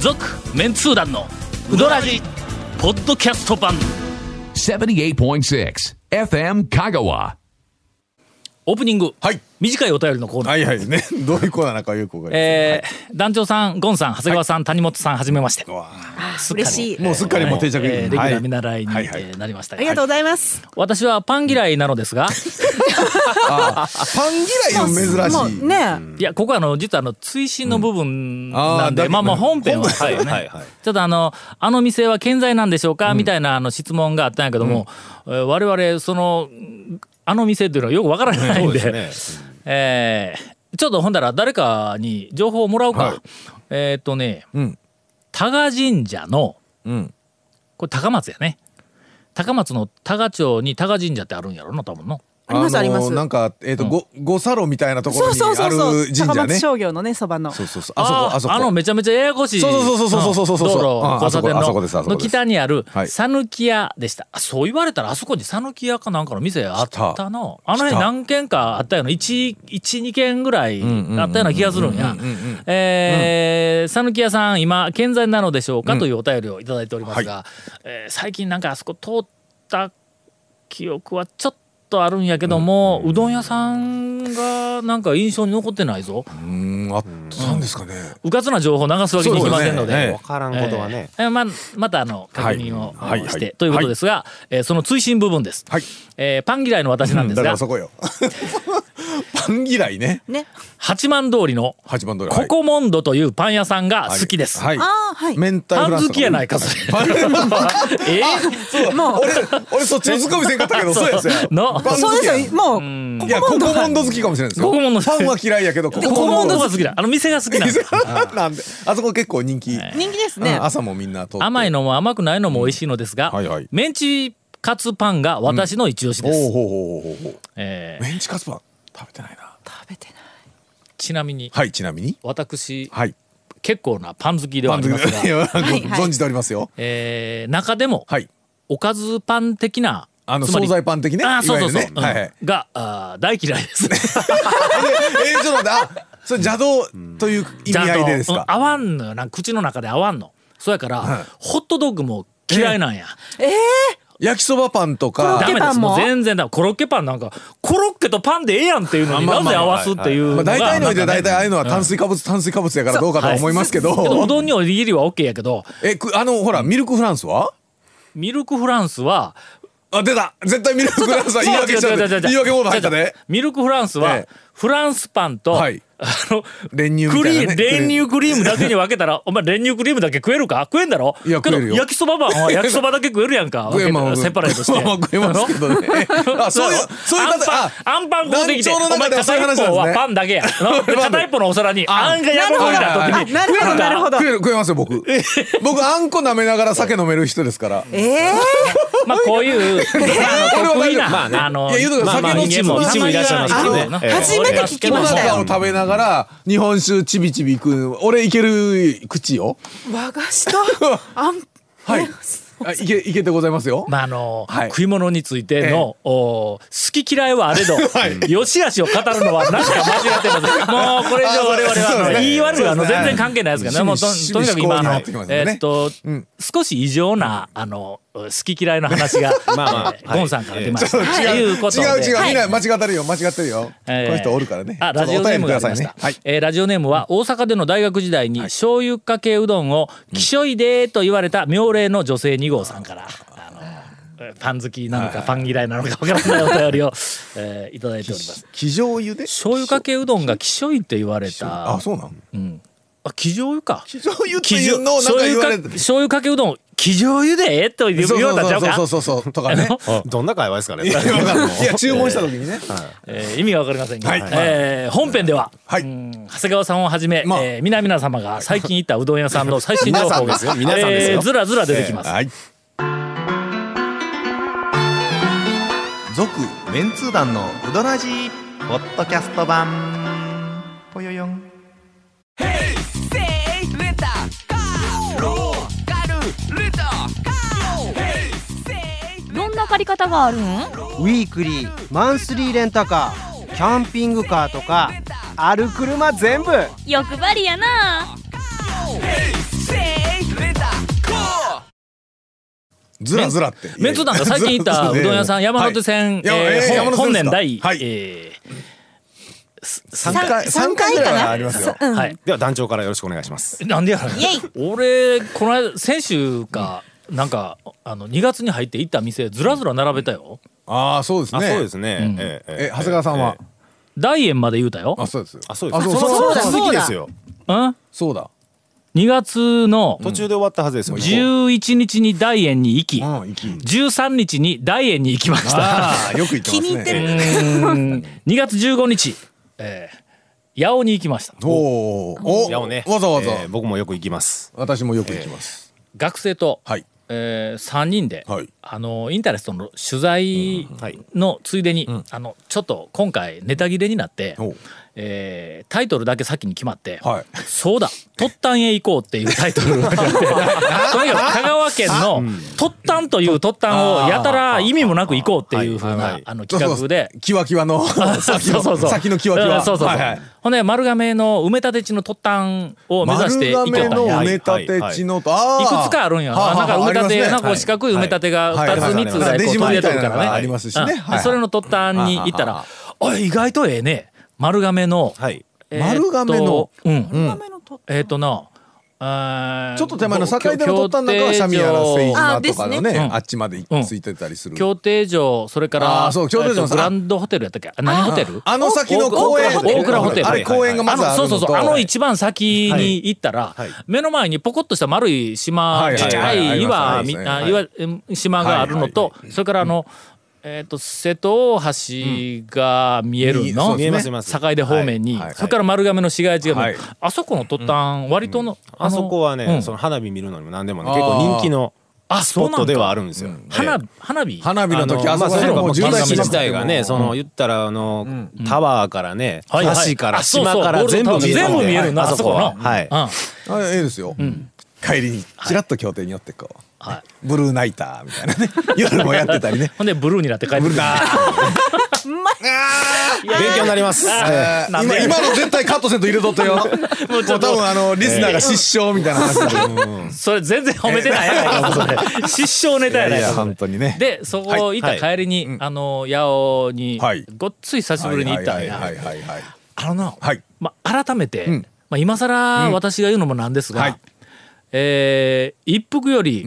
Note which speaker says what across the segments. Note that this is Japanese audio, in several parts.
Speaker 1: 続メンツー団のウドラジポッドキャスト版
Speaker 2: 78.6 FM Kagawa.
Speaker 1: オープニング、
Speaker 3: はい
Speaker 1: 短いお便りのコーナー、
Speaker 3: はいはいね。 どういうコーナーなのかよくわかりま
Speaker 1: えー団長さんゴンさん長谷川さん、谷本さんはじめまして
Speaker 3: せんわ
Speaker 1: すっかり
Speaker 4: 嬉しい
Speaker 3: あ。もうすっかりもう定着。
Speaker 1: えーレギュ
Speaker 3: は
Speaker 1: ラー
Speaker 3: い
Speaker 1: 見習いに、
Speaker 3: はいはい
Speaker 1: えーなりました
Speaker 4: あ
Speaker 1: が
Speaker 4: りがとうございます。
Speaker 1: 私はパン嫌いなのですが
Speaker 3: パン嫌いの珍しい。
Speaker 4: もうね、
Speaker 1: いやここはあの実はあの追伸の部分なんで、
Speaker 3: あーだけどね
Speaker 1: まあまあ本編は、
Speaker 3: 本
Speaker 1: はい
Speaker 3: 編は
Speaker 1: ね
Speaker 3: はいはい
Speaker 1: ちょっとあの「あの店は健在なんでしょうか?」みたいなあの質問があったんやけども、えー我々その「あの店」っていうのはよくわからないんで,、
Speaker 3: そうですね。
Speaker 1: えーちょっとほんだら誰かに情報をもらおうか、
Speaker 3: はい
Speaker 1: えーっとね
Speaker 3: うん
Speaker 1: 多賀神社の
Speaker 3: うん。
Speaker 1: これ高松やね高松の多賀町に多賀神社ってあるんやろな多分の。
Speaker 4: あります
Speaker 3: の
Speaker 4: あります
Speaker 3: なんかえっとごごサロみたいなとこ
Speaker 4: そ
Speaker 3: ろ
Speaker 4: う
Speaker 3: に
Speaker 4: そうそ
Speaker 3: あ
Speaker 4: う
Speaker 3: る
Speaker 4: そう、
Speaker 3: 神
Speaker 4: 高
Speaker 3: 社
Speaker 4: 松
Speaker 3: ね。
Speaker 4: 商業のねそばの
Speaker 3: そうそうそう。あそこあそこ。
Speaker 1: あのめちゃめちゃややこしい
Speaker 3: そうそうそうそうそうそうそう
Speaker 1: うん道路
Speaker 3: うんあ
Speaker 1: 交差点の
Speaker 3: あそこですあそこ
Speaker 1: の
Speaker 3: です
Speaker 1: 北にある
Speaker 3: はい
Speaker 1: 讃岐屋でした、あそう言われたらあそこに讃岐屋かなんかの店あったなあの辺
Speaker 3: 来た
Speaker 1: 何軒かあったような12軒ぐらいあったような気がするんや
Speaker 3: うんうんうんうん
Speaker 1: えー讃岐屋さん今健在なのでしょうかというお便りをいただいておりますが、えー最近なんかあそこ通った記憶はちょっとあるんやけども、うどん屋さんがなんか印象に残ってないぞ
Speaker 3: うんあったんですかね。
Speaker 1: うかつな情報を流すわけにいきませんので
Speaker 3: そうですねええ
Speaker 5: わからんことはね、
Speaker 1: えーままたあの確認をして、
Speaker 3: はいはいはい
Speaker 1: ということですが、えーその追伸部分です、
Speaker 3: はい。
Speaker 1: えーパン嫌いの私なんです
Speaker 3: だか
Speaker 1: が
Speaker 3: らそこよ。 パン嫌いね。
Speaker 4: ね、
Speaker 1: 八幡通りの
Speaker 3: 八番通り。
Speaker 1: ココモンドというパン屋さんが好きです、
Speaker 3: はい。はい
Speaker 4: ああはい、
Speaker 3: 明太
Speaker 1: パ
Speaker 3: フラ
Speaker 1: ン
Speaker 3: ンス
Speaker 1: 好きやないかそれ え
Speaker 4: も
Speaker 3: 俺俺そっちのツッコミせんかったけどそうやつや
Speaker 1: ー、の
Speaker 3: パ
Speaker 4: う
Speaker 3: ン
Speaker 4: そ
Speaker 3: 好
Speaker 4: う
Speaker 3: き
Speaker 4: で
Speaker 3: や
Speaker 4: すよ、もう
Speaker 3: いやココモンド好きかもしれないですよ
Speaker 1: ココモンド
Speaker 3: ファンは嫌いやけどコ
Speaker 1: コ
Speaker 3: コ
Speaker 1: コ
Speaker 3: モ
Speaker 1: モ
Speaker 3: ン
Speaker 1: ン
Speaker 3: ド
Speaker 1: ド
Speaker 3: 好
Speaker 1: が好きだあの店が好きなんです
Speaker 3: きなんで あそこ結構人気
Speaker 4: 人気です
Speaker 3: う
Speaker 4: ね
Speaker 3: ん。朝もみんな通って
Speaker 1: 甘いのも甘くないのも美味しいのですが、
Speaker 3: うんはいはい
Speaker 1: メンチカツパンが私の一押しで
Speaker 3: おう
Speaker 1: す、
Speaker 3: ほうほうほうほうほ
Speaker 1: え
Speaker 3: う
Speaker 1: ー
Speaker 3: メンチカツパン食べてないな
Speaker 4: 食べてない。
Speaker 1: ちなみに
Speaker 3: はいちなみに
Speaker 1: 私
Speaker 3: はい
Speaker 1: 結構なパン好きでは
Speaker 3: パ
Speaker 1: あ
Speaker 3: ン
Speaker 1: り
Speaker 3: 好
Speaker 1: ま
Speaker 3: き
Speaker 1: すが、
Speaker 3: いや
Speaker 4: はいはい
Speaker 3: 存じておりますよ
Speaker 1: えー中でも、
Speaker 3: はい
Speaker 1: おかずパン的な
Speaker 3: あの
Speaker 1: つまり
Speaker 3: 惣菜パン的ね
Speaker 1: あーそうそうそう、
Speaker 3: いわゆるねはいはい
Speaker 1: うんがあー大嫌いです
Speaker 3: あでえーちょっと待ってあそれ邪道という 意味合いでです
Speaker 1: ちゃん
Speaker 3: か
Speaker 1: とうん合わんのよな口の中で合わんのそうやから、
Speaker 3: はい
Speaker 1: ホットドッグも嫌いなんや、
Speaker 3: 焼きそばパンと
Speaker 4: コロッ
Speaker 3: か
Speaker 1: ダ
Speaker 4: ケ
Speaker 1: メで
Speaker 4: パ
Speaker 1: す
Speaker 4: ンも
Speaker 1: もう全然だコロッケパンなんかコロッケとパンでええやんっていうのに
Speaker 3: まあ
Speaker 1: な
Speaker 3: まあ
Speaker 1: ぜ合わすっていうの
Speaker 3: ま
Speaker 1: が
Speaker 3: あ大体の
Speaker 1: な
Speaker 3: 上
Speaker 1: んか
Speaker 3: で
Speaker 1: ね
Speaker 3: 大体ああいうのは炭水化物炭水化物やからどうかとは思いますけ
Speaker 1: けどう
Speaker 3: ど
Speaker 1: どんにおにぎりは OK やけど
Speaker 3: えくあのほらミルクフランスは
Speaker 1: ミルクフランスは
Speaker 3: あ出た絶対ミルクフランスは言い訳しちゃ
Speaker 1: 違う違う違う違
Speaker 3: う
Speaker 1: う
Speaker 3: 言い訳モード入ったで
Speaker 1: ミルクフランスは、
Speaker 3: ええ
Speaker 1: フランスパンと、
Speaker 3: はい
Speaker 1: あの
Speaker 3: 練乳み
Speaker 1: ク
Speaker 3: た
Speaker 1: リ
Speaker 3: い
Speaker 1: ー
Speaker 3: な
Speaker 1: ム
Speaker 3: ね
Speaker 1: 練乳クリームだけに分けたら お前練乳クリームだけ食えるか食えんだろ
Speaker 3: いや
Speaker 1: けど
Speaker 3: 食えるよ
Speaker 1: 焼きそばパ ンは焼きそばだけ食えるやんか
Speaker 3: 食えま
Speaker 1: 分け
Speaker 3: ん
Speaker 1: てセパレートして
Speaker 3: まあまあ食えますけ どね あそういうそういう
Speaker 1: アン
Speaker 3: 方
Speaker 1: パ
Speaker 3: あ
Speaker 1: ンアンパン買うてきて
Speaker 3: 団長の
Speaker 1: お前
Speaker 3: 中ではそ
Speaker 1: 片
Speaker 3: ういう話なん
Speaker 1: 一
Speaker 3: ですね
Speaker 1: 方はパンだけや ので片一方のお皿にあんがやばいな
Speaker 4: あ
Speaker 1: 時に
Speaker 4: なるほどなるほど
Speaker 3: 食え。る食えます よ僕僕あんこ舐めながら酒飲める人ですから
Speaker 4: ええ
Speaker 1: まあこう いうあの得意
Speaker 5: まあね
Speaker 1: なあの
Speaker 3: いや言うと
Speaker 5: まあまあ
Speaker 3: 酒
Speaker 5: 人間
Speaker 3: の
Speaker 5: も一部いらっしゃいますけどね
Speaker 1: あの
Speaker 5: ええ
Speaker 4: 初めて聞きました
Speaker 3: 中
Speaker 4: よ
Speaker 3: を食べながら日本酒ちびちび食う俺いける口よ
Speaker 4: ー、和菓子と あん、
Speaker 3: はい
Speaker 4: ね
Speaker 3: あいけいけてございますよ
Speaker 1: まああの
Speaker 3: はい
Speaker 1: 食い物についての、お好き嫌いはあれ ど、良し悪しを語るのは何か間違ってます。もうこれ以上我々はあ
Speaker 3: そう
Speaker 1: の
Speaker 3: ですね
Speaker 1: 言い悪いはあの
Speaker 3: そうです
Speaker 1: 全
Speaker 3: ね
Speaker 1: 然関係ないですからね。
Speaker 3: はい
Speaker 1: もうと
Speaker 3: 趣味
Speaker 1: とにかく今あ
Speaker 3: 嗜好に
Speaker 1: の
Speaker 3: なってきますよね
Speaker 1: えーっと
Speaker 3: ん
Speaker 1: 少し異常なあの好き嫌いの話 が
Speaker 5: まあまあ
Speaker 1: えーゴンさんから出まし
Speaker 3: ち
Speaker 1: た。
Speaker 3: ょっと
Speaker 1: と
Speaker 3: 違う違う
Speaker 1: いうことで。
Speaker 3: 違う
Speaker 1: はい
Speaker 3: みんな間違ってるよ間違ってるよこ
Speaker 1: えー
Speaker 3: の人おるからね
Speaker 1: あ、ラジオネームがありまし
Speaker 3: ち
Speaker 1: た
Speaker 3: ょっとお便りくださいね。はい
Speaker 1: えーラジオネームは大阪での大学時代に醤油かけうどんを「きしょいで」と言われた妙齢の女性2号さんから。あのえーパン好きなのかパン嫌いなのかわからないお便りを、えーいただいております。
Speaker 3: 生醤油で
Speaker 1: 醤油かけうどんがきしょいって言われた。
Speaker 3: あそうなん
Speaker 1: あ、き醤油か。
Speaker 3: 生醤油っていうのをなんか言われて
Speaker 1: 醤油かけうどんをき醤油でと言
Speaker 3: そう
Speaker 1: われたんちゃう
Speaker 3: そ
Speaker 1: か
Speaker 3: う。そうそうそうとかね
Speaker 5: どんな会話ですかね
Speaker 3: いやわかんないいや注文した時にね
Speaker 1: えー意味がわかりませんが、
Speaker 3: はい
Speaker 1: えー本編では、
Speaker 3: はい
Speaker 1: うん長谷川さんをはじめ、
Speaker 3: まあ
Speaker 1: えー皆々様が最近行ったうどん屋さんの最新情報
Speaker 5: 皆
Speaker 1: が
Speaker 5: さんですよ皆さんですよ
Speaker 1: えーずらずら出てきます。
Speaker 3: はい
Speaker 5: 続メンツー団のウドラジーポッドキャスト版ぽよよん
Speaker 6: どんな借り方があるん
Speaker 7: ウィークリーマンスリーレンタカーキャンピングカーとかある車全部
Speaker 6: 欲張りやな
Speaker 3: ずらずらって。
Speaker 1: メンツ団が最近行ったうどん屋さん山手線、
Speaker 3: はい
Speaker 1: えー
Speaker 3: いや山手線ですか
Speaker 1: 本年第、
Speaker 3: はい
Speaker 1: えー
Speaker 3: 三回
Speaker 4: 三
Speaker 3: 三
Speaker 4: 回
Speaker 3: 回ぐ
Speaker 4: から
Speaker 3: い
Speaker 4: な
Speaker 3: はありますよ。
Speaker 4: うん
Speaker 1: はい
Speaker 6: では団長からよろしくお願いします。
Speaker 1: なんでやろ
Speaker 4: イエイ
Speaker 1: 俺この間先週か、なんかあの2月に入って行った店ずらずら並べたよ
Speaker 3: ああそうです
Speaker 6: あ、
Speaker 3: ね。
Speaker 6: そうですね。
Speaker 1: ん
Speaker 6: え
Speaker 3: え長谷川さんは。
Speaker 1: 大円まで言うたよ
Speaker 3: あそうです。
Speaker 6: あ、そうです。
Speaker 3: そ
Speaker 6: そうの
Speaker 3: そう
Speaker 6: そ
Speaker 4: だ
Speaker 6: の続きですよ。
Speaker 1: うん
Speaker 3: そうだ。
Speaker 1: 2月の
Speaker 6: 途中で終わったはずですよ。
Speaker 1: 11日に大円に行き、
Speaker 3: うん息。
Speaker 1: 13日に大円に行きました
Speaker 3: ああよく言ってますね。
Speaker 4: 気に入って
Speaker 1: う
Speaker 4: る
Speaker 1: ーん2月15日、えー、八尾に行きました
Speaker 3: おおお。
Speaker 6: やをね。
Speaker 3: わざわざ
Speaker 6: えー僕もよく行きます。
Speaker 3: 私もよく行きます。
Speaker 1: 学生と、
Speaker 3: はい。
Speaker 1: えー、3人で、
Speaker 3: はい
Speaker 1: あのインタレストの取材
Speaker 6: はい。
Speaker 1: のついでに、あのちょっと今回ネタ切れになって、
Speaker 3: おう
Speaker 1: えータイトルだけ先に決まって、
Speaker 3: はい。
Speaker 1: そうだ「突端へ行こう」っていうタイトルがあってとにかく香川県の突端という突端をやたら意味もなく行こうっていうふう
Speaker 6: はいは
Speaker 1: ないあの企画 で。
Speaker 3: キワキワの先
Speaker 1: そうそうそう
Speaker 3: の先のキワキ
Speaker 1: うん
Speaker 3: ワ。
Speaker 1: そうそうそう、
Speaker 3: はいはい
Speaker 1: ほんで丸亀の埋め立て地の突端を目指していけたん
Speaker 3: 丸亀の
Speaker 1: や
Speaker 3: 埋
Speaker 1: い
Speaker 3: め立て地のと、ああ
Speaker 1: くつかあるんやななんか埋め立て、なんかこう四角い埋め立てが
Speaker 3: はい
Speaker 1: 2つ3つぐらいこう
Speaker 3: デ
Speaker 1: 取り
Speaker 3: ジマ
Speaker 1: 入れ
Speaker 3: み
Speaker 1: と
Speaker 3: たい
Speaker 1: る
Speaker 3: な
Speaker 1: か
Speaker 3: の
Speaker 1: らね
Speaker 3: がありますしね。
Speaker 1: うん
Speaker 3: はい
Speaker 1: それの突端に行ったら「あ意外とええね丸亀の、
Speaker 6: はい。
Speaker 1: えーっと
Speaker 3: 丸亀の
Speaker 1: うん
Speaker 4: 丸亀のと
Speaker 1: えっ、とな、あー
Speaker 3: ちょっと手前の境での取ったんなんかはシャミやらセイナとかのね
Speaker 1: あですねうん
Speaker 3: あっちまで
Speaker 1: うん
Speaker 3: ついてたりする。
Speaker 1: 協定城、それから、
Speaker 3: あーそう協定城
Speaker 1: えっと
Speaker 3: さ
Speaker 1: グ
Speaker 3: ん
Speaker 1: ランドホテルやったっけあ何ホテル
Speaker 3: あの先の公園
Speaker 1: 大倉ホテル大倉ホテル
Speaker 3: あれ公園がまず
Speaker 1: あ
Speaker 3: あ
Speaker 1: の
Speaker 3: る
Speaker 1: そ
Speaker 3: の
Speaker 1: う
Speaker 3: と
Speaker 1: そうそうあの一番先に行ったら、
Speaker 6: はい
Speaker 1: 目の前にポコッとした丸い島
Speaker 3: はい
Speaker 1: ちっちゃ
Speaker 3: はいい
Speaker 1: 岩
Speaker 3: はい
Speaker 1: み
Speaker 3: はい
Speaker 1: あ
Speaker 3: はい
Speaker 1: 岩え島があるの
Speaker 3: は
Speaker 1: とそれからあのえっと瀬戸大橋が見えるの
Speaker 3: うん
Speaker 6: 見えます見えます。
Speaker 1: 境出方面に
Speaker 3: はいはい
Speaker 1: それから丸亀の市街地が見える
Speaker 3: はい
Speaker 1: あそこの突端割との
Speaker 6: あそこは
Speaker 1: う
Speaker 6: ね、
Speaker 1: ん
Speaker 6: その花火見るのにも何でもね、結構人気の
Speaker 1: あ
Speaker 6: ス
Speaker 1: そ
Speaker 6: ポ
Speaker 1: う
Speaker 6: ッ
Speaker 1: なん
Speaker 6: トでは
Speaker 1: か
Speaker 6: あるんですよ。
Speaker 1: 花
Speaker 6: 火
Speaker 1: 花火
Speaker 3: 花火の時
Speaker 6: ま
Speaker 3: あ
Speaker 6: あ
Speaker 3: そこ
Speaker 6: それ
Speaker 3: ら
Speaker 6: ももう
Speaker 3: 辺
Speaker 6: 現
Speaker 3: も
Speaker 6: 代
Speaker 3: う
Speaker 6: 自体がね、その言ったらあのタワーからね、
Speaker 1: はいはい
Speaker 6: 橋から
Speaker 1: あそうそう
Speaker 6: 島から全部見えるんで
Speaker 1: 全部見えるな
Speaker 6: はい
Speaker 1: あそこの
Speaker 6: ははい。
Speaker 1: うん
Speaker 3: あええですよ、帰りにちらっと協定に寄ってこう、
Speaker 1: はい
Speaker 3: ブルーナイターみたいなね夜もやってたりね
Speaker 1: ほんでブルーになって帰ってくる。
Speaker 6: 勉強にな ります。
Speaker 3: えー
Speaker 1: なん
Speaker 3: 今
Speaker 1: で
Speaker 3: 今の絶対カットせんと入れとったよもう多分あのリスナーが失笑みたいな話だけど
Speaker 1: それ全然褒めてないや ないかそれ失笑ネタや
Speaker 3: い
Speaker 1: ない
Speaker 3: や
Speaker 1: かそ
Speaker 3: 本
Speaker 1: れ
Speaker 3: 当にね
Speaker 1: でそこ行った帰りに、あの八尾に、
Speaker 3: はい
Speaker 1: ごっつい久しぶりに行ったん
Speaker 3: はい
Speaker 1: や
Speaker 3: はいはいはい
Speaker 1: あのな、
Speaker 3: はい
Speaker 1: まあ、改めて、まあ、今更私が言うのもなんですが、
Speaker 3: はい
Speaker 1: えー一服より、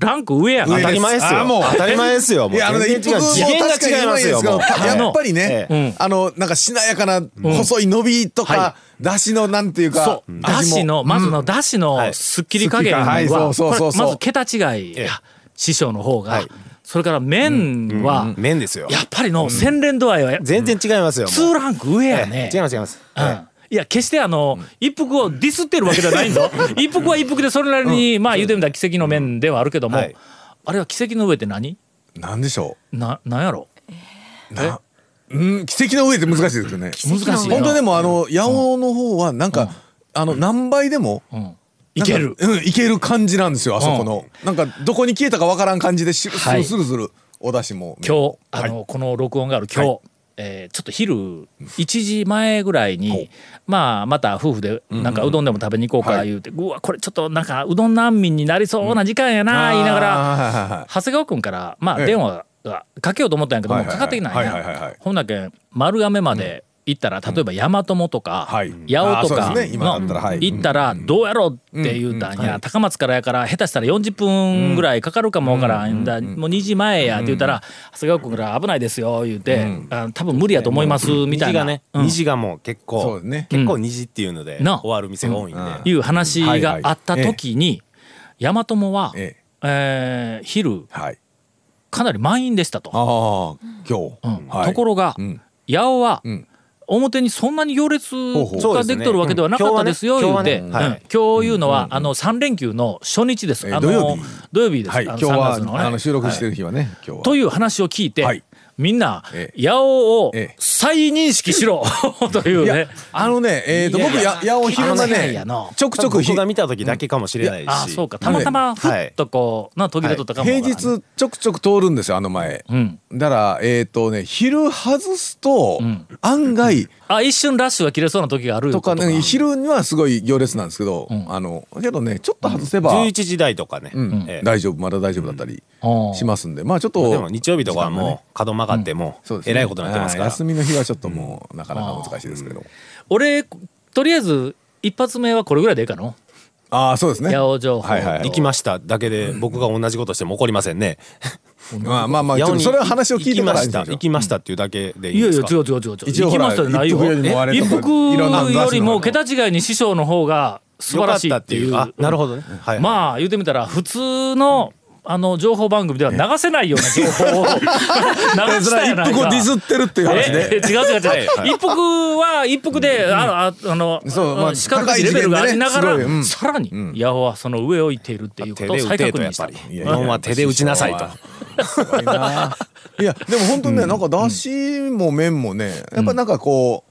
Speaker 1: ランク上やな
Speaker 6: 当たり前ですよ。
Speaker 3: あもう
Speaker 6: 当たり前ですよ。も
Speaker 3: いうやあのね
Speaker 6: 全
Speaker 3: 一服
Speaker 6: 然違う
Speaker 3: も
Speaker 6: 次元
Speaker 3: 確かに
Speaker 6: が違いますよ。
Speaker 3: う
Speaker 6: も
Speaker 3: ま
Speaker 6: う
Speaker 3: いですけど
Speaker 1: あ
Speaker 3: や
Speaker 1: の
Speaker 3: っぱりね、
Speaker 1: ええ
Speaker 3: あのなんかしなやかな細い伸びとか、
Speaker 1: は
Speaker 3: だしのなんていうか
Speaker 1: そう、だしの、まずのだしの
Speaker 6: はい
Speaker 1: すっきり加減は、
Speaker 3: はいそうそうそうそう
Speaker 1: これまず桁違い
Speaker 6: ええ
Speaker 1: や、師匠の方が、
Speaker 6: はい
Speaker 1: それから麺は、
Speaker 6: 麺ですよ。
Speaker 1: やっぱりの洗練度合いは
Speaker 6: 全然違いますよ。も
Speaker 1: 2
Speaker 6: う
Speaker 1: ランク上や
Speaker 6: え
Speaker 1: ね
Speaker 6: え。違います違います。
Speaker 1: うんいや決してあの、一服をディスってるわけじゃないんぞ一服は一服でそれなりに、まあ言うてみたら奇跡の面ではあるけども、
Speaker 6: はい
Speaker 1: あれは奇跡の上って何
Speaker 3: なんでしょ
Speaker 1: ななんやろ
Speaker 3: うなうん奇跡の上って難しいですよ
Speaker 1: 難
Speaker 3: ね
Speaker 4: 奇跡の
Speaker 1: しい
Speaker 4: 上
Speaker 1: な
Speaker 3: 本当にでもあの八尾の方はなんか、あの何倍でも、
Speaker 1: うん、いける
Speaker 3: なんかうんいける感じなんですよあそこの、なんかどこに消えたかわからん感じでシュルス
Speaker 1: はい
Speaker 3: ルスルスルお出汁も
Speaker 1: 今日あ
Speaker 3: はい
Speaker 1: の、この録音がある今日、えーちょっと昼1時前ぐらいに、まあまた夫婦でなんかうどんでも食べに行こうか
Speaker 3: はい
Speaker 1: 言うて、うわこれちょっとなんかうどん難民になりそうな時間やな言いながら、
Speaker 3: あーはいはいはい
Speaker 1: 長谷川君からまあ
Speaker 3: ええ
Speaker 1: 電話がかけようと思ったんやけども
Speaker 3: はいはい
Speaker 1: かかっ
Speaker 3: はい
Speaker 1: てきないん
Speaker 3: はいはいはいは
Speaker 1: や
Speaker 3: い
Speaker 1: ほんだけん丸亀まで行ったら例えば大和もとか
Speaker 3: はい
Speaker 1: 八尾と
Speaker 3: あ
Speaker 1: か
Speaker 3: ーそうですね今だったら
Speaker 1: の
Speaker 3: はい
Speaker 1: 行ったらどうやろうって言うたんや高松からやから下手したら40分ぐらいかかるかもわからんだもう2時前やって言ったら長谷川君から危ないですよ言うてあ多分無理やと思いますみたい
Speaker 6: 虹が
Speaker 1: な
Speaker 6: ね、
Speaker 1: うん
Speaker 6: 虹がもう結
Speaker 3: そう
Speaker 6: 構
Speaker 3: ですね
Speaker 6: 結構虹っていうので
Speaker 1: な
Speaker 6: 終わる店が多いんで。
Speaker 1: いう話があった時に大和もは
Speaker 3: ええ
Speaker 1: えー昼
Speaker 3: はい
Speaker 1: かなり満員でしたと。
Speaker 3: ああ今日、
Speaker 1: うん
Speaker 3: はい
Speaker 1: ところが、
Speaker 3: うん
Speaker 1: 八尾は、
Speaker 3: うん
Speaker 1: 表にそんなに行列
Speaker 3: うほう
Speaker 1: ができとるわけではなかったですよ、
Speaker 6: そう
Speaker 1: 言
Speaker 6: です
Speaker 1: うて、う
Speaker 6: ね
Speaker 1: ん
Speaker 6: 今日はね
Speaker 1: 今日いうのは、あの3連休の初日です、
Speaker 3: えー
Speaker 1: あの
Speaker 3: 土曜日
Speaker 1: 土曜日です、
Speaker 3: はい
Speaker 1: あの
Speaker 3: 今日
Speaker 1: 3
Speaker 3: は
Speaker 1: 月の
Speaker 3: あ
Speaker 1: ね
Speaker 3: の収録してる日はね、今日は
Speaker 1: という話を聞いて、
Speaker 3: はい
Speaker 1: みんな
Speaker 3: え
Speaker 1: 八尾を
Speaker 3: ええ
Speaker 1: 再認識しろという
Speaker 3: い
Speaker 1: ね
Speaker 3: や。あのねえっと
Speaker 6: いや
Speaker 3: 僕
Speaker 6: いや
Speaker 3: ややお昼間
Speaker 1: あのねい
Speaker 3: ね
Speaker 1: やの
Speaker 3: ちょくちょくひ
Speaker 6: 僕が見た時だけかもしれないし、
Speaker 1: あそうかたまたまふっとこう、な途切れとったかもわか
Speaker 3: 平
Speaker 1: らんね。
Speaker 3: 日ちょくちょく通るんですよあの前
Speaker 1: うん
Speaker 3: だからえっとね昼外すと
Speaker 1: うん
Speaker 3: 案外
Speaker 1: あ一瞬ラッシュが切れそうな時があるいう
Speaker 3: と
Speaker 1: こと
Speaker 3: か
Speaker 1: か
Speaker 3: ね昼にはすごい行列なんですけど
Speaker 1: うん
Speaker 3: あのけどねちょっと外せば
Speaker 6: 11時台とかね、
Speaker 3: うん
Speaker 6: ええ
Speaker 3: 大丈夫まだ大丈夫だったり
Speaker 1: うん
Speaker 3: しますんでまあちょっと
Speaker 6: でも日曜日とかは
Speaker 3: 時間が
Speaker 6: も
Speaker 3: ね
Speaker 6: う角曲がっても
Speaker 3: そう
Speaker 6: う
Speaker 3: ですね
Speaker 6: えらいことになってますか
Speaker 3: はい
Speaker 6: ら、
Speaker 3: 休みの日はちょっともうなかなか難しいですけど
Speaker 1: 俺とりあえず一発目はこれぐらいでいいかの
Speaker 3: ああそうですね
Speaker 1: 八尾情報、
Speaker 3: はいはい
Speaker 6: 行きましただけで僕が同じことしても怒りませんね。
Speaker 3: まあまあまあちょっとそれは話を聞いて
Speaker 6: 行き
Speaker 3: か
Speaker 6: ま
Speaker 3: ら
Speaker 6: した
Speaker 3: にしましょう
Speaker 6: 行きましたっていうだけでい
Speaker 1: い
Speaker 6: い
Speaker 1: や
Speaker 6: で
Speaker 1: いや違う
Speaker 6: すか。
Speaker 1: 違う違う違う
Speaker 3: 一応
Speaker 1: 行きましたじゃないよ
Speaker 3: ほら一服よりもあれと
Speaker 1: 一
Speaker 3: か
Speaker 1: 服
Speaker 3: いろんなの出すの
Speaker 1: よりも桁違いに師匠の方が素晴らしいっていう
Speaker 6: よかったっていうあなるほどねはい
Speaker 1: まあ言ってみたら普通のあの情報番組では流せないような情報を 流したやないか
Speaker 3: 一服をディスってるっていう話ね
Speaker 1: ええ違う違う違う、一服は一服で、あのああの
Speaker 3: そうまあ
Speaker 1: 視覚的レベルがありながら、
Speaker 3: 高い次元でねす
Speaker 1: さらに、
Speaker 3: ん
Speaker 1: 八尾はその上を行っているっていうこ
Speaker 6: 手
Speaker 1: とを
Speaker 6: で
Speaker 1: 再確
Speaker 6: 打てとや
Speaker 1: 認
Speaker 6: っ
Speaker 1: し
Speaker 6: ぱ
Speaker 1: た
Speaker 6: り。
Speaker 3: いやいや
Speaker 6: 4は手で打ちなさいと。
Speaker 3: すごいな いやでも本当にねなんかだしも麺もねやっぱなんかこう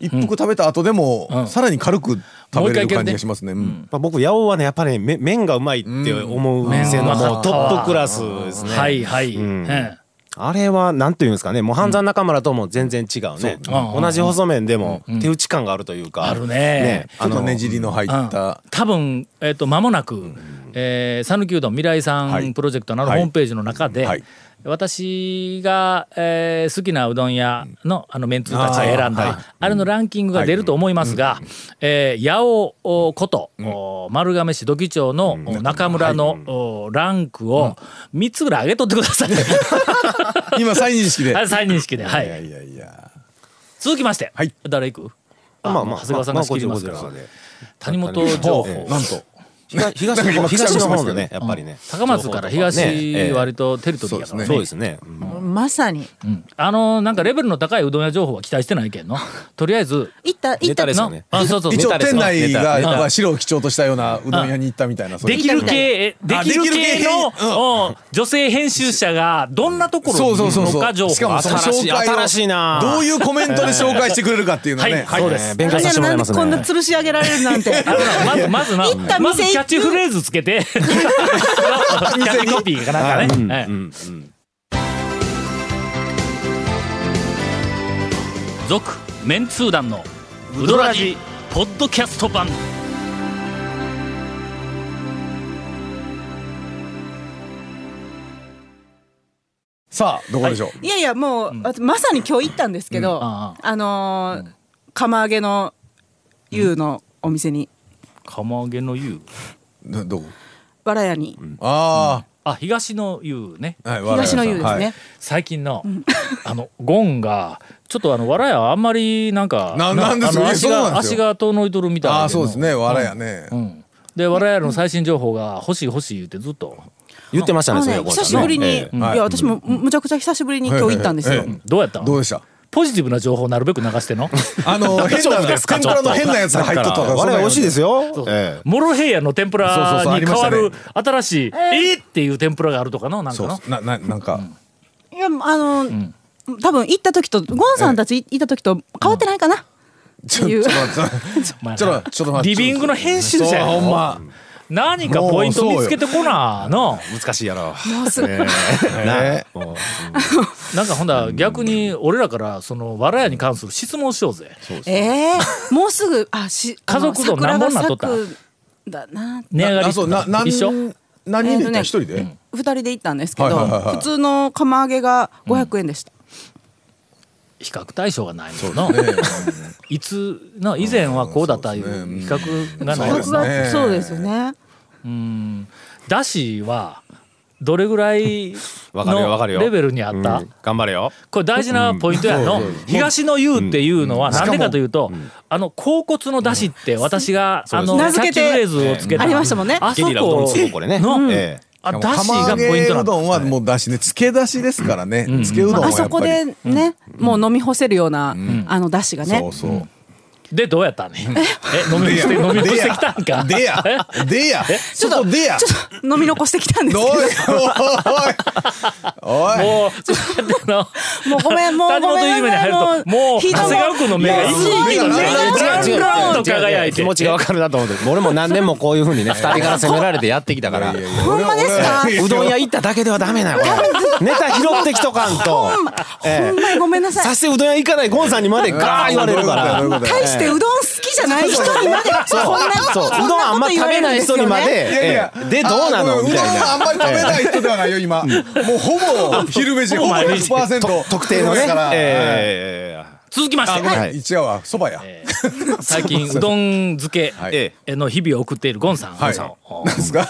Speaker 3: 一服食べた後で
Speaker 1: う
Speaker 3: も
Speaker 1: ん
Speaker 3: さらに軽く食べれる感じがしますねう
Speaker 1: うん
Speaker 3: ん
Speaker 6: まあ、僕八尾はねやっぱり、ね、め麺がうまいって思う店のもうトップクラスですね。
Speaker 1: はいはい、
Speaker 6: うん
Speaker 1: え
Speaker 6: あれはなんていうんですかねもう半山中村とも全然違うね、
Speaker 1: うん
Speaker 6: 同じ細麺でも
Speaker 1: ん
Speaker 6: 手打ち感があるというか、
Speaker 1: あるね
Speaker 3: ちょっとねじりの入っ
Speaker 1: えうん
Speaker 3: た
Speaker 1: 多分えっ、と間もなく、えー、讃岐うどん未来さ
Speaker 3: は
Speaker 1: ん
Speaker 3: い
Speaker 1: プロジェクトのあの
Speaker 3: は
Speaker 1: ホ
Speaker 3: い
Speaker 1: ームページの中で、
Speaker 3: はい
Speaker 1: 私が、えー好きなうどん屋のあのメンツーたちが選んだあ,、れのランキングが出ると思いますが、えー八尾おこと、お丸亀市土器町の、お中村の、おランクを3つぐらい上げとってください。
Speaker 3: 今再認識で
Speaker 1: はい再認識で、はい
Speaker 3: いやいやいや
Speaker 1: 続きまして、
Speaker 3: はい
Speaker 1: 誰行くあ
Speaker 6: まあ
Speaker 1: も
Speaker 6: ま
Speaker 1: う
Speaker 6: あ
Speaker 1: 長谷川さんが仕切りますから、
Speaker 6: まあまあ
Speaker 1: 谷本情報、
Speaker 6: ええ
Speaker 3: なんと
Speaker 6: 東東
Speaker 3: なんか今
Speaker 6: 東の方
Speaker 3: くしゃ
Speaker 6: の
Speaker 3: みしましたけ
Speaker 6: ね
Speaker 3: ど
Speaker 6: やっぱりね、
Speaker 1: 高松から東割とテリトリーやからね
Speaker 6: そうですね、うん
Speaker 4: まさに
Speaker 1: うんあのーなんかレベルの高いうどん屋情報は期待してないけ んのとりあえず
Speaker 4: 行った行
Speaker 6: ネ
Speaker 4: っ
Speaker 6: タ
Speaker 4: た
Speaker 6: ですよ
Speaker 1: の
Speaker 6: ね
Speaker 1: あそうそう
Speaker 3: 一応店内が
Speaker 1: ネタ
Speaker 3: まあ白を基調としたようなうどん屋に行ったみたいなそうい
Speaker 1: で
Speaker 3: う
Speaker 1: きる系えで
Speaker 3: あ
Speaker 1: きる
Speaker 3: できる
Speaker 1: 系
Speaker 3: 系
Speaker 1: の
Speaker 3: う
Speaker 1: うん女性編集者がどんなところ
Speaker 3: そうそうそう
Speaker 1: に
Speaker 3: そ
Speaker 1: 農
Speaker 3: う
Speaker 1: 家情
Speaker 3: しか
Speaker 1: 報
Speaker 3: もその
Speaker 1: 新しい
Speaker 3: 紹介を
Speaker 6: 新しいな
Speaker 3: どういうコメントで紹介してくれるかっていうのは
Speaker 1: は
Speaker 3: ね
Speaker 1: いそうです
Speaker 6: えー勉強させてもらいますね
Speaker 4: なんでこんな吊るし上げられるなんて
Speaker 1: あのなまずまず
Speaker 4: 行っ
Speaker 1: な
Speaker 4: た店
Speaker 1: まず
Speaker 4: 行く
Speaker 1: キャッチフレーズつけてキャッチコピーかなんかねはい
Speaker 6: うんうん
Speaker 1: 続メンツー団のウドラジポッドキャスト版
Speaker 3: さあどこでしょう
Speaker 4: いやいやもう、私まさに今日行ったんですけど、
Speaker 1: あ
Speaker 4: あのー釜揚げの湯のお店に、
Speaker 1: 釜揚げの湯
Speaker 3: どどこ
Speaker 4: わらやに、
Speaker 3: あ
Speaker 1: あ東の湯ね
Speaker 3: あはいわらや
Speaker 4: 東
Speaker 3: さん
Speaker 4: の湯ですね、
Speaker 1: 最近の、あのゴンがちょっとあの笑いはあんまりなんか
Speaker 3: ななんです
Speaker 1: あの
Speaker 3: え
Speaker 1: 足
Speaker 3: そうなん
Speaker 1: が
Speaker 3: です
Speaker 1: 足
Speaker 3: よ
Speaker 1: が遠のいとるみたいな
Speaker 3: ああそうですねわらやね
Speaker 1: うん、で我々の最新情報が欲しい欲しい言ってずっと
Speaker 6: 言ってました
Speaker 4: あの
Speaker 6: ねそれ
Speaker 4: ね
Speaker 6: 横
Speaker 4: 久
Speaker 6: 田
Speaker 4: し
Speaker 6: さん
Speaker 4: ぶりに、
Speaker 6: ね
Speaker 4: い
Speaker 3: は
Speaker 4: や
Speaker 3: い
Speaker 4: 私もむむちゃくちゃ久しぶりに今日行ったんですよ、
Speaker 3: えええ
Speaker 1: どうやった
Speaker 3: どう
Speaker 1: の
Speaker 3: でした
Speaker 1: ポジティブな情報なるべく流しての
Speaker 3: あの変な天ぷらの変なやつが入っとったから
Speaker 6: 我々美味しいです
Speaker 3: よ
Speaker 6: よ、ええ
Speaker 1: モロヘイヤの天ぷ
Speaker 3: そうそ
Speaker 1: ら
Speaker 3: うそうあ
Speaker 1: に
Speaker 3: り
Speaker 1: 変
Speaker 3: まし
Speaker 1: わ
Speaker 3: たね
Speaker 1: る新しい「えっ!」っていう天ぷらがあるとかのなんか
Speaker 3: そう
Speaker 1: の
Speaker 3: そうなななんか
Speaker 4: いやあのー多分行った時とゴンさんたち行った時と変わってないかな、
Speaker 3: ちょ
Speaker 4: っていう
Speaker 3: ちょっと待って
Speaker 1: お前な
Speaker 3: ちょっとちょっと待って
Speaker 1: リビングの編集者やろ
Speaker 3: そうほんま
Speaker 1: 何かポイント見つけてこなの
Speaker 6: 難しいやろ
Speaker 4: もうすぐ
Speaker 3: ね
Speaker 6: も
Speaker 1: なんかほんだら逆に俺らからそのわらやに関する質問しようぜ
Speaker 4: ええもうすぐあし
Speaker 1: 家族と何本なっとった
Speaker 4: あの桜が咲くんだな
Speaker 1: 値上が
Speaker 3: あ
Speaker 1: り
Speaker 3: そうななん
Speaker 1: 一緒
Speaker 3: 何人で行った
Speaker 4: えーとね
Speaker 3: 一人で
Speaker 4: 二人で行ったんですけど、
Speaker 3: はいはいはいはい
Speaker 4: 普通の釜揚げが500円でした、
Speaker 1: 比較対象がないもんの、いつの以前はこうだったいう比較がない
Speaker 3: そ
Speaker 1: も
Speaker 3: うで
Speaker 1: ん
Speaker 3: す
Speaker 1: な
Speaker 3: ね
Speaker 4: 価格はそうですよね
Speaker 1: だしはどれぐらい
Speaker 6: わかるよわか
Speaker 1: の
Speaker 6: るよ
Speaker 1: レベルにあった、
Speaker 6: うん頑張れよ
Speaker 1: これ大事なポイントやの、東の湯っていうのはなんでかというと、あの甲骨のだしって私が、あのキャ
Speaker 4: 名
Speaker 1: ッ
Speaker 4: 付け
Speaker 1: チ
Speaker 4: て
Speaker 1: フレーズをつけた、
Speaker 4: ありましたもんね
Speaker 1: あそこ
Speaker 6: ゲリラうどんですよこれね
Speaker 1: の、
Speaker 6: ええ
Speaker 1: あ
Speaker 3: しかも
Speaker 1: だしが
Speaker 3: 釜揚
Speaker 1: ポイント
Speaker 3: げう
Speaker 1: なの
Speaker 3: どんはもうだしね漬けだしですからね漬けうどん
Speaker 4: ま
Speaker 3: は
Speaker 4: あ
Speaker 3: や
Speaker 4: そ
Speaker 3: っぱ
Speaker 4: こ
Speaker 3: り
Speaker 4: でね、もう飲み干せるような、あの出汁がね
Speaker 3: そうそう
Speaker 1: でどうやった ねえ飲み干して飲み干してきたんか
Speaker 3: でやでやそこでや
Speaker 4: ちょっと飲み残してきたんです
Speaker 3: お
Speaker 4: け
Speaker 3: い
Speaker 1: もうそうやっての
Speaker 3: おいおいおい
Speaker 4: どもうごめんもう
Speaker 1: 谷
Speaker 4: ご
Speaker 1: 本
Speaker 4: め
Speaker 1: 夢
Speaker 4: ん
Speaker 1: に入るともう
Speaker 4: ひ
Speaker 1: 長
Speaker 4: どい
Speaker 1: 谷川君の目が
Speaker 4: いや
Speaker 1: 一
Speaker 4: すごい
Speaker 1: 気に
Speaker 4: 目が
Speaker 1: 違う違う違う
Speaker 4: ブラン
Speaker 1: と輝いて
Speaker 6: 気持ちがわかるなと思って俺も何年もこういうふうにね二人から責められてやってきたから
Speaker 3: いや
Speaker 6: う
Speaker 3: いや
Speaker 4: ほんまですか
Speaker 3: 俺は
Speaker 6: どん屋行っただけではダメなよネタ拾ってきとかんと
Speaker 4: ほんまにごめんなさ
Speaker 6: さ
Speaker 4: い
Speaker 6: してうどん屋行かないゴンさんにまでガー言われるから
Speaker 3: どういうことやどういうことや
Speaker 4: 大してうどん好きじゃない人にまで
Speaker 6: そう
Speaker 4: こんな
Speaker 6: そう
Speaker 4: こん
Speaker 6: うどんあ
Speaker 4: なこ
Speaker 6: んま
Speaker 4: と言
Speaker 6: 食
Speaker 4: われ
Speaker 6: べ
Speaker 4: るん
Speaker 6: ない
Speaker 4: です
Speaker 6: 人に
Speaker 4: よ
Speaker 6: まで
Speaker 4: ね
Speaker 6: ええでどうな
Speaker 3: あ
Speaker 6: の
Speaker 3: ごめん
Speaker 6: み
Speaker 3: うどん
Speaker 6: たい
Speaker 3: あん
Speaker 6: な
Speaker 3: まり食べない人ではないよ今もう ほぼ昼飯ほぼ100%
Speaker 6: 特定のね
Speaker 3: だからえ
Speaker 6: ええ
Speaker 1: 続きまして、
Speaker 3: ー一夜はそばや
Speaker 1: 最近うどん漬け
Speaker 3: はい
Speaker 6: え
Speaker 1: の日々を送っているゴンさん、
Speaker 3: は
Speaker 1: ゴ
Speaker 3: い
Speaker 1: ンさんお
Speaker 3: なんですか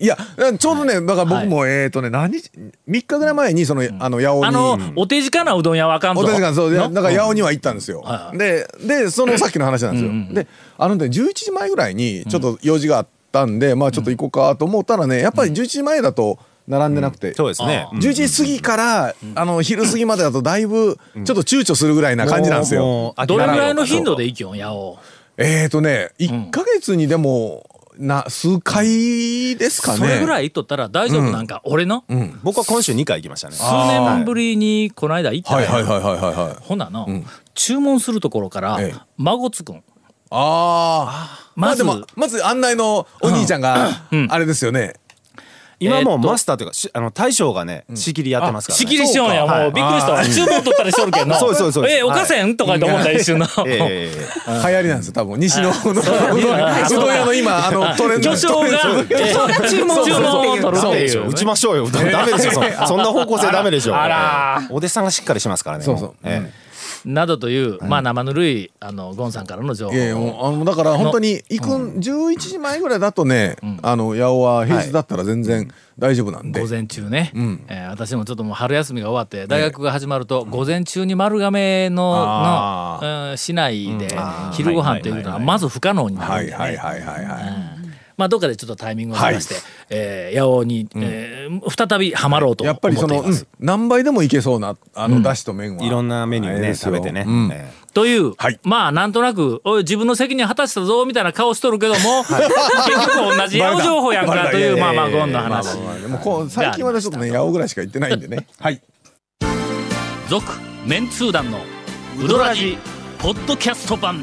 Speaker 3: いやちょうどねだから僕もえっとね何日3日ぐらい前にそのあの八尾に
Speaker 1: あのお手近なうどん屋はあかんぞ
Speaker 3: お手間そうで
Speaker 1: の
Speaker 3: なんか八尾には行ったんですよ、
Speaker 1: はい
Speaker 3: ででそのさっきの話なんですよ、であのね11時前ぐらいにちょっと用事があったんで、まあちょっと行こうかと思ったらねやっぱり11時前だと並んでなくて、
Speaker 6: そうですね
Speaker 3: 11時過ぎから、あの昼過ぎまでだとだいぶちょっと躊躇するぐらいな感じなんですよ。
Speaker 6: もうもう
Speaker 1: どれぐらいの頻度で行きよん八尾
Speaker 3: えーとね1か月にでもな数回ですかね。
Speaker 1: それぐらい行っとったら大丈夫なんか、俺の数
Speaker 6: 僕は今週2回行きましたね
Speaker 1: 年ぶりにこの間行った
Speaker 3: は
Speaker 1: ら
Speaker 3: い
Speaker 1: やん
Speaker 3: はいはいはいはいはい。
Speaker 1: ほなの、注文するところから、
Speaker 3: ええ
Speaker 1: 孫つくん
Speaker 3: ああ。ま
Speaker 1: ま
Speaker 3: あ
Speaker 1: ず
Speaker 3: でもまず案内のお兄ちゃんがあれですよね。
Speaker 6: 今も
Speaker 1: えー
Speaker 6: う
Speaker 1: っと
Speaker 6: マスターというかしあの大将がね仕切りやってますからね
Speaker 1: 仕切りしようんや
Speaker 6: そか
Speaker 1: も
Speaker 6: は
Speaker 1: う
Speaker 6: い
Speaker 1: びっくりしたわ注文取ったりしとるけんの
Speaker 6: そうですそうですそうです
Speaker 1: ええおかせん、とかと思った一瞬の
Speaker 6: ええええええ
Speaker 3: 流行りなんですよ多分西のうどんうどんうどん屋の今あのトレンド
Speaker 1: 巨匠が巨匠が注文を取るっ
Speaker 6: そう
Speaker 1: て
Speaker 6: で
Speaker 1: い
Speaker 6: し
Speaker 1: う
Speaker 6: ょ打ちましょう よ。ダメですよ。そんそんな方向性ダメでしょ。あら。お弟子さんがしっかりしますからね。
Speaker 3: そうそう
Speaker 6: もえ
Speaker 1: などという、まあ生ぬるいあのゴンさんからの情報
Speaker 3: いやいやもうあのだから本当に行くん11時前ぐらいだとね、あの八尾は平日だったら全然大丈夫なんで、
Speaker 1: 午前中ね、えー私もちょっともう春休みが終わって大学が始まると午前中に丸亀の,、
Speaker 6: あ
Speaker 1: のうん市内で昼ご飯というのはまず不可能にな
Speaker 3: は
Speaker 1: るん
Speaker 3: い
Speaker 1: でね、
Speaker 3: はいはいはいは
Speaker 1: まあどっかでちょっとタイミングを探して、えー八尾に、えー再びハマろうと
Speaker 3: い
Speaker 1: 思
Speaker 3: や
Speaker 1: っ
Speaker 3: っぱりそ
Speaker 1: てい
Speaker 3: の、
Speaker 1: ま
Speaker 3: うん
Speaker 1: す。
Speaker 3: 何倍でもいけそうなあのだしと麺は、
Speaker 6: えいろんなメニュー
Speaker 3: あれ
Speaker 6: ね
Speaker 3: ですよ
Speaker 6: 食べてね。
Speaker 3: うん
Speaker 6: ええ
Speaker 1: という、
Speaker 3: はい
Speaker 1: まあなんとなくおい自分の責任果たしたぞみたいな顔しとるけど も、結局同じ八尾情報やんかというまあまあゴンの話。
Speaker 3: まあまあでもこう最近はねちょっとね八尾ぐらいしか行ってないんでねはい
Speaker 1: 続メンツー団のウドラジポッドキャスト版